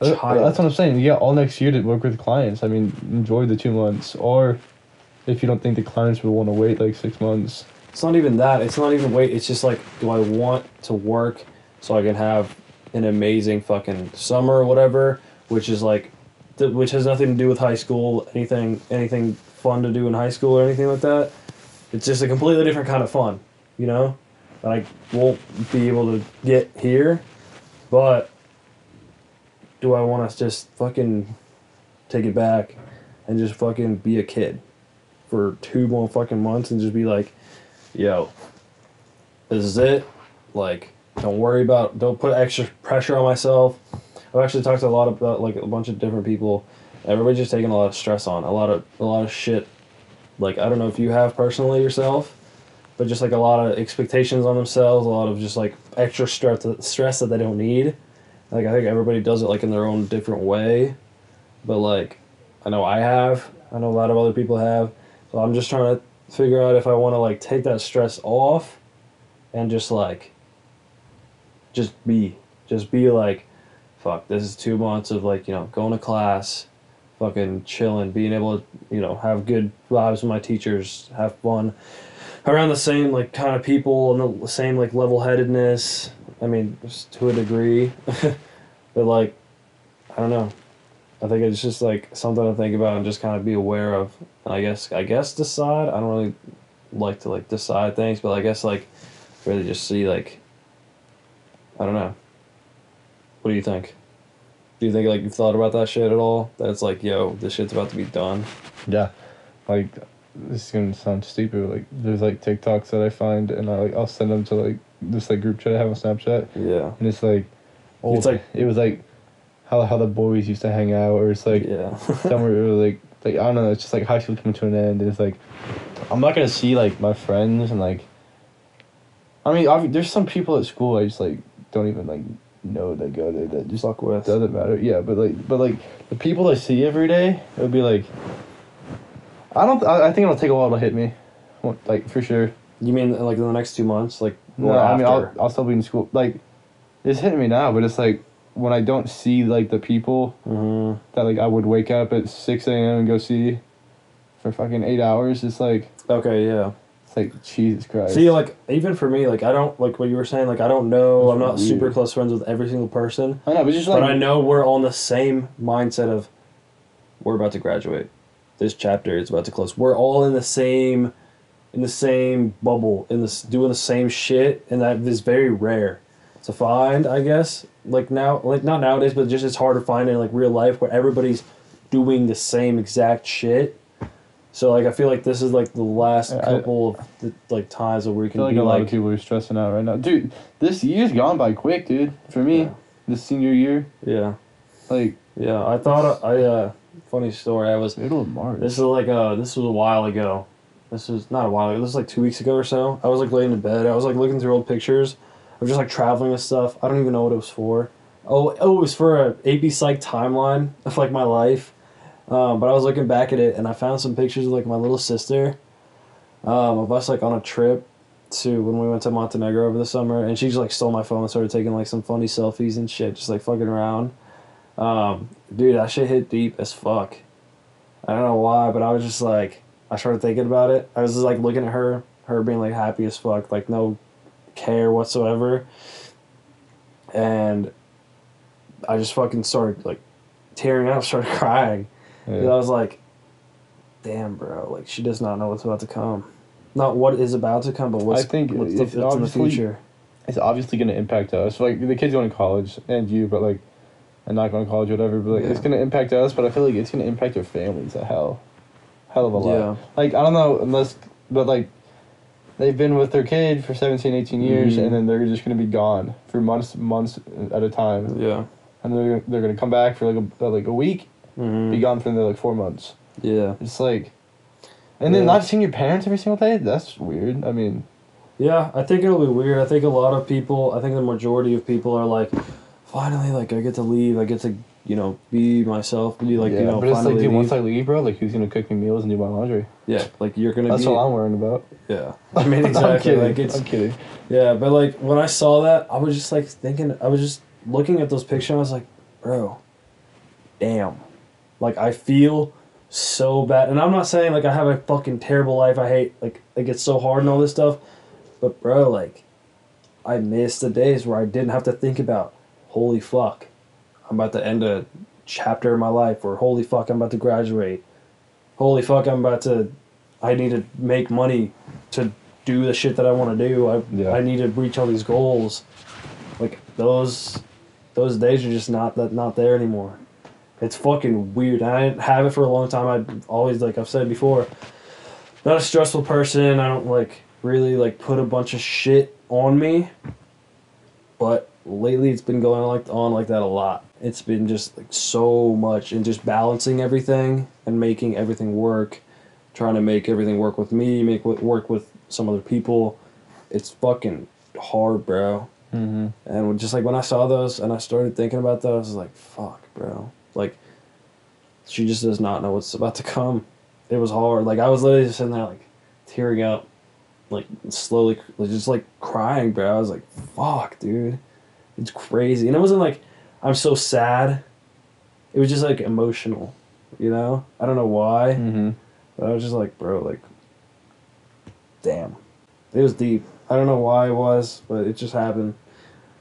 Uh, child. That's what I'm saying. You got all next year to work with clients. I mean, enjoy the two months, or if you don't think the clients will want to wait like six months, it's not even that. It's not even wait. It's just like, do I want to work so I can have an amazing fucking summer or whatever, which is like, th- which has nothing to do with high school, anything, anything fun to do in high school or anything like that. It's just a completely different kind of fun, you know, that I won't be able to get here. But do I want to just fucking take it back and just fucking be a kid for two more fucking months and just be like, yo, this is it. Like, don't worry about, don't put extra pressure on myself. I've actually talked to a lot about like a bunch of different people. Everybody's just taking a lot of stress on, a lot of a lot of shit. Like I don't know if you have personally yourself, but just like a lot of expectations on themselves, a lot of just like extra stress stress that they don't need. Like I think everybody does it like in their own different way, but like I know I have, I know a lot of other people have. So I'm just trying to figure out if I want to like take that stress off and just like just be just be like fuck this is two months of like you know going to class fucking chilling being able to you know have good vibes with my teachers have fun around the same like kind of people and the same like level-headedness i mean just to a degree *laughs* but like i don't know i think it's just like something to think about and just kind of be aware of and I guess I guess decide. I don't really like to like decide things, but I guess like really just see like I don't know. What do you think? Do you think like you've thought about that shit at all? That it's like, yo, this shit's about to be done. yeah, like this is gonna sound stupid. But, like there's like TikToks that I find, and I like I'll send them to like this like group chat I have on Snapchat, Yeah. and it's like, oh, It's like- it was like how how the boys used to hang out, or it's like Yeah. *laughs* somewhere it was like like I don't know, it's just like high school coming to an end, and it's like I'm not gonna see like my friends and like I mean, obvi- there's some people at school I just like don't even like know that go there that just Fuck with. doesn't matter. Yeah, but like but like the people I see every day, it would be like I don't. I, I think it'll take a while to hit me, Well, like for sure. You mean like in the next two months? Like No, or I mean I'll, after? I'll still be in school. Like it's hitting me now, but it's like when I don't see like the people Mhm. that like I would wake up at six a.m. and go see for fucking eight hours. It's like Okay, yeah. it's like Jesus Christ. See, like even for me, like I don't like what you were saying. Like I don't know. That's I'm not super weird. close friends with every single person. I know, but just like but I know we're on the same mindset of we're about to graduate. This chapter is about to close. We're all in the same in the same bubble in this doing the same shit and that is very rare to find, I guess. Like now like not nowadays, but just it's hard to find in like real life where everybody's doing the same exact shit. So like I feel like this is like the last I- I- couple of the, like times that we I can feel like be a lot like of people are stressing out right now, dude. This year's gone by quick, dude. For me, Yeah. this senior year, yeah. like Yeah, I thought I uh funny story. I was middle of March. This is like uh this was a while ago. This was not a while ago. This was like two weeks ago or so. I was like laying in bed. I was like looking through old pictures of just like traveling and stuff. I don't even know what it was for. Oh, oh, it was for a AP Psych timeline of like my life. Um, but I was looking back at it and I found some pictures of like my little sister, um, of us like on a trip to when we went to Montenegro over the summer, and she just like stole my phone and started taking like some funny selfies and shit, just like fucking around. Um, dude, that shit hit deep as fuck. I don't know why, but I was just like, I started thinking about it. I was just like looking at her, her being like happy as fuck, like no care whatsoever. And I just fucking started like tearing up, *laughs* started crying. Yeah. And I was like, damn, bro, like she does not know what's about to come. Not what is about to come, but what's, I think what's, the, what's it's in the obviously- future. it's obviously going to impact us. Like the kids going to college and you, but like, and not going to college, whatever. But like, it's Yeah. going to impact us. But I feel like it's going to impact your families a hell, hell of a lot. Yeah. Like I don't know unless, but like, they've been with their kid for 17, 18 years, Mhm. and then they're just going to be gone for months, months at a time, Yeah. and they're they're going to come back for like a, uh, like a week, be Mhm. gone for another like four months. Yeah. It's like, and then Yeah. not seeing your parents every single day. That's weird. I mean, Yeah, I think it'll be weird. I think a lot of people, I think the majority of people are like, finally, like, I get to leave. I get to you know, be myself, be like, yeah, you know, but it's finally like, dude, once leave. I leave, bro, like, who's gonna cook me meals and do my laundry? yeah, like you're gonna That's be, all I'm worrying about. *laughs* yeah. I mean, *laughs* exactly. I'm kidding. Like it's, I'm kidding. yeah, but like when I saw that, I was just like thinking, I was just looking at those pictures, and I was like, bro, damn, like I feel so bad, and I'm not saying like I have a fucking terrible life. I hate like it gets so hard and all this stuff, but bro, like I miss the days where I didn't have to think about, holy fuck, I'm about to end a chapter in my life, or holy fuck, I'm about to graduate, holy fuck, I'm about to, I need to make money to do the shit that I want to do. I Yeah. I need to reach all these goals. Like those, those days are just not that not there anymore. It's fucking weird. And I didn't have it for a long time. I always like I've said before, not a stressful person. I don't like really like put a bunch of shit on me. But lately it's been going like on like that a lot. It's been just like so much and just balancing everything and making everything work, trying to make everything work with me, make it work with some other people. It's fucking hard, bro. Mm-hmm. And just like when I saw those and I started thinking about those, I was like, fuck, bro. Like, she just does not know what's about to come. It was hard. Like, I was literally just sitting there, like, tearing up, like, slowly, like, just like crying, bro. I was like, fuck, dude. It's crazy. And it wasn't like, I'm so sad. It was just like emotional, you know? I don't know why. Mm-hmm. But I was just like, bro, like, damn. It was deep. I don't know why it was, but it just happened.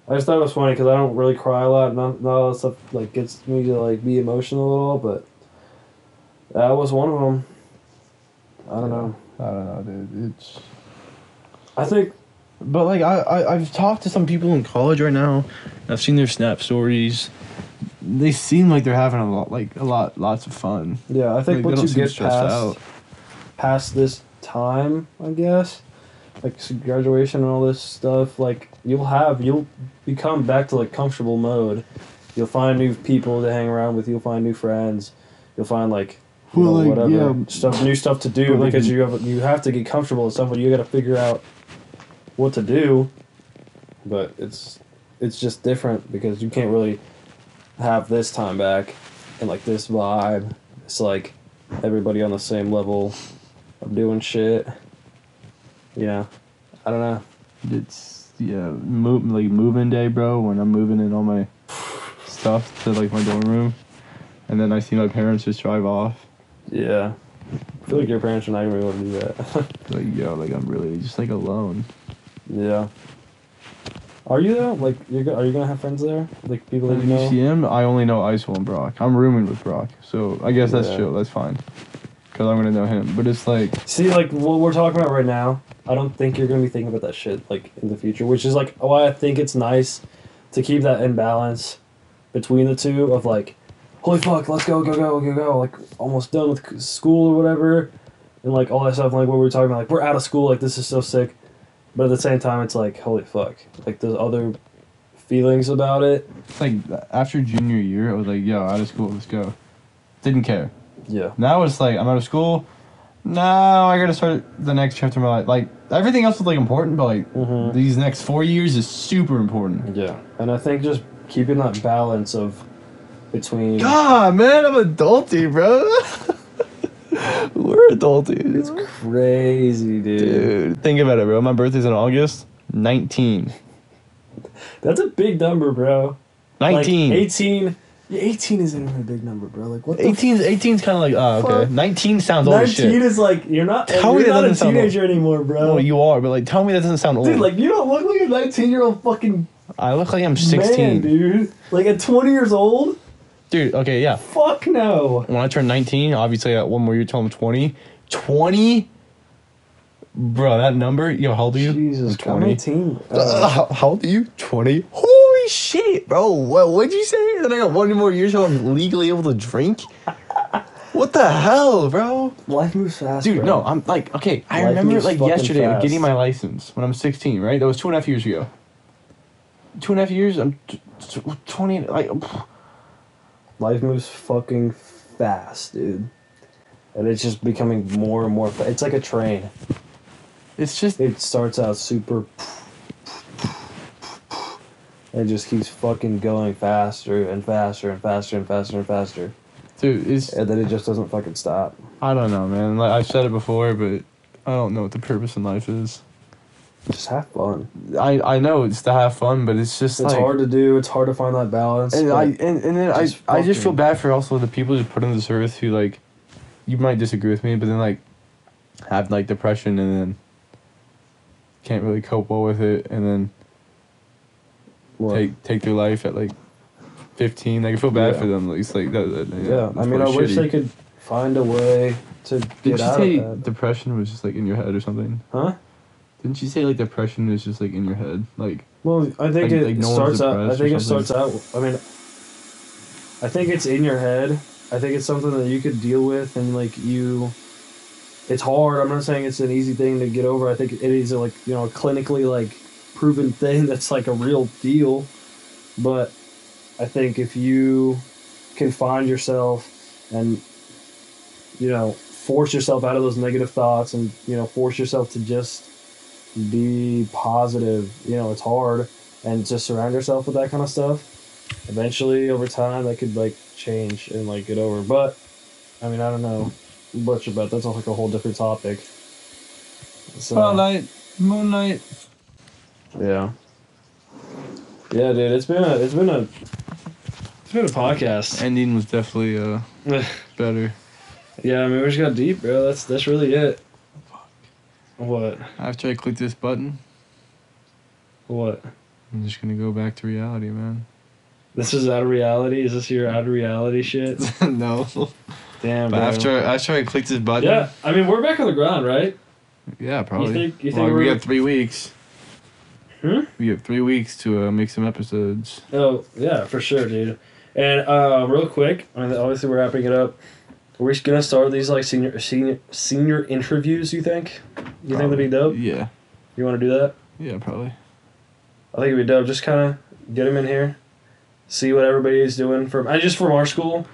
I just thought it was funny because I don't really cry a lot. Not, not all that stuff like gets me to like be emotional at all, but that was one of them. I don't know. I don't know, dude. It's I think But like I, I I've talked to some people in college right now. and I've seen their snap stories. They seem like they're having a lot like a lot lots of fun. yeah, I think Like, they don't once seem you get stressed past out. past this time, I guess, like s- graduation and all this stuff, like you'll have you'll become back to like comfortable mode. You'll find new people to hang around with. You'll find new friends. You'll find like you Well, know, like, whatever yeah. stuff, new stuff to do But, like, because you have you have to get comfortable with something. You got to figure out what to do. But it's it's just different because you can't really have this time back and like this vibe. It's like everybody on the same level of doing shit. Yeah. I don't know. it's yeah, move like moving day, bro. When I'm moving in all my stuff to like my dorm room, and then I see my parents just drive off. Yeah. I feel like your parents are not gonna be able to do that. *laughs* Like yo, like I'm really just like alone. yeah. Are you though? Like, you're go- are you gonna have friends there? Like people that you know? UCM, I only know Isol and Brock. I'm rooming with Brock, so I guess that's Yeah. chill. That's fine, cause I'm gonna know him. But it's like See, like what we're talking about right now, I don't think you're gonna be thinking about that shit like in the future, which is like why I think it's nice to keep that in balance between the two of like, holy fuck, let's go, go, go, go, go, like almost done with c- school or whatever, and like all that stuff, like what we were talking about, like we're out of school, like this is so sick, but at the same time, it's like holy fuck, like those other feelings about it. it's like after junior year, I was like, yo, out of school, let's go. Didn't care. Yeah, Now it's like I'm out of school. Now I gotta start the next chapter of my life. Like everything else is like important, but like Mhm. these next four years is super important. yeah, and I think just keeping that balance of between. God, man, I'm adulty, bro. *laughs* We're adulty. It's crazy, Dude, think about it, bro. My birthday's in August. 19. That's a big number, bro. Like, 19. 18. Yeah, 18 isn't even a big number, bro. Like, what the 18 18 is kind of like, oh, Fuck. okay. 19 sounds old 19 as shit. is like, you're not, Tell me you're that not a doesn't sound teenager anymore, bro. Well, you are, but like, tell me that doesn't sound old. dude, like, you don't look like a 19 year old fucking I look like I'm man, 16. dude. dude. Like, at 20 years old? okay, yeah. Fuck no. When I turn 19, obviously I got one more year till I'm 20. 20? Bro, that number, yo, how old are you? Jesus, I'm I'm 18. Uh, Uh, how, how old are you? 20. Holy shit, bro. What, what'd you say? Then I got one more year till I'm legally able to drink? What the hell, bro? life moves fast. Dude, bro. no, I'm like, okay, I Life remember moves like fucking yesterday fast. getting my license when I'm 16, right? That was two and a half years ago. Two and a half years? I'm t- t- 20, like, *sighs* Life moves fucking fast, dude. And it's just becoming more and more. Fa- it's like a train. it's just, it starts out super It just keeps fucking going faster and faster and faster and faster and faster. Dude, it's And then it just doesn't fucking stop. I don't know, man. Like I've said it before, but I don't know what the purpose in life is. Just have fun. I I know it's to have fun, but it's just It's like, hard to do. It's hard to find that balance. And but I and, and then just I I just feel fucking- bad for also the people who put on this earth who like, you might disagree with me, but then like, have like depression and then. Can't really cope well with it, and then what? take take their life at like fifteen. Like I feel bad Yeah. for them. Like it's like that. that- yeah, it's I mean, I really wish they shitty. could find a way to Didn't get you out say of that. depression was just like in your head or something? huh? Didn't you say like depression is just like in your head? Like Well, I think Like- it like no one's starts out. I depressed or think it something? starts out. I mean, I think it's in your head. I think it's something that you could deal with, and like you, it's hard. I'm not saying it's an easy thing to get over. I think it is like you know a clinically like proven *laughs* thing that's like a real deal. But I think if you can find yourself and you know force yourself out of those negative thoughts, and you know force yourself to just be positive. You know, it's hard, and just surround yourself with that kind of stuff. Eventually, over time, that could like change and like get over. But I mean, I don't know much about. That's like a whole different topic. So Twilight, Moonlight. yeah, yeah, dude, it's been a it's been a it's been a podcast. Ending was definitely uh better. yeah, I mean, we just got deep, bro. That's that's really it. What? After I click this button, What? I'm just gonna go back to reality, man. *laughs* This is out of reality. Is this your out of reality *laughs* shit? no. Damn, But bro. after after I click this button, yeah, I mean, we're back on the ground, right? yeah, probably. think- you Well, think we we're- got three weeks. Hmm? We have three weeks to uh, make some episodes. Oh yeah, for sure, dude. And uh, real quick, I mean, obviously we're wrapping it up. We're just gonna start these like senior senior senior interviews. You think? You think that'd be dope? Yeah, You want to do that? yeah, *laughs* probably. I think it'd be dope. Just kind of get them in here, see what everybody's doing from I just from our school,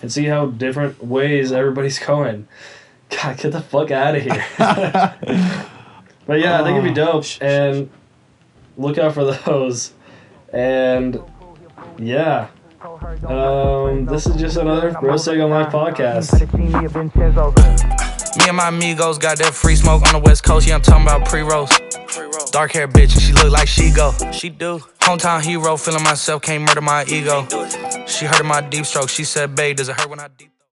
and see how different ways everybody's *laughs* going. God, get the fuck out of here. but yeah, I think it'd be dope. And look out for those. And yeah. Um, this is just another Real Second Life podcast. Me and my amigos got that free smoke on the west coast. Yeah, I'm talking about pre-rolls. Dark hair bitch, and she look like she go. She do. Hometown hero, feeling myself, can't murder my ego. She heard of my deep stroke. She said, babe, does it hurt when I deep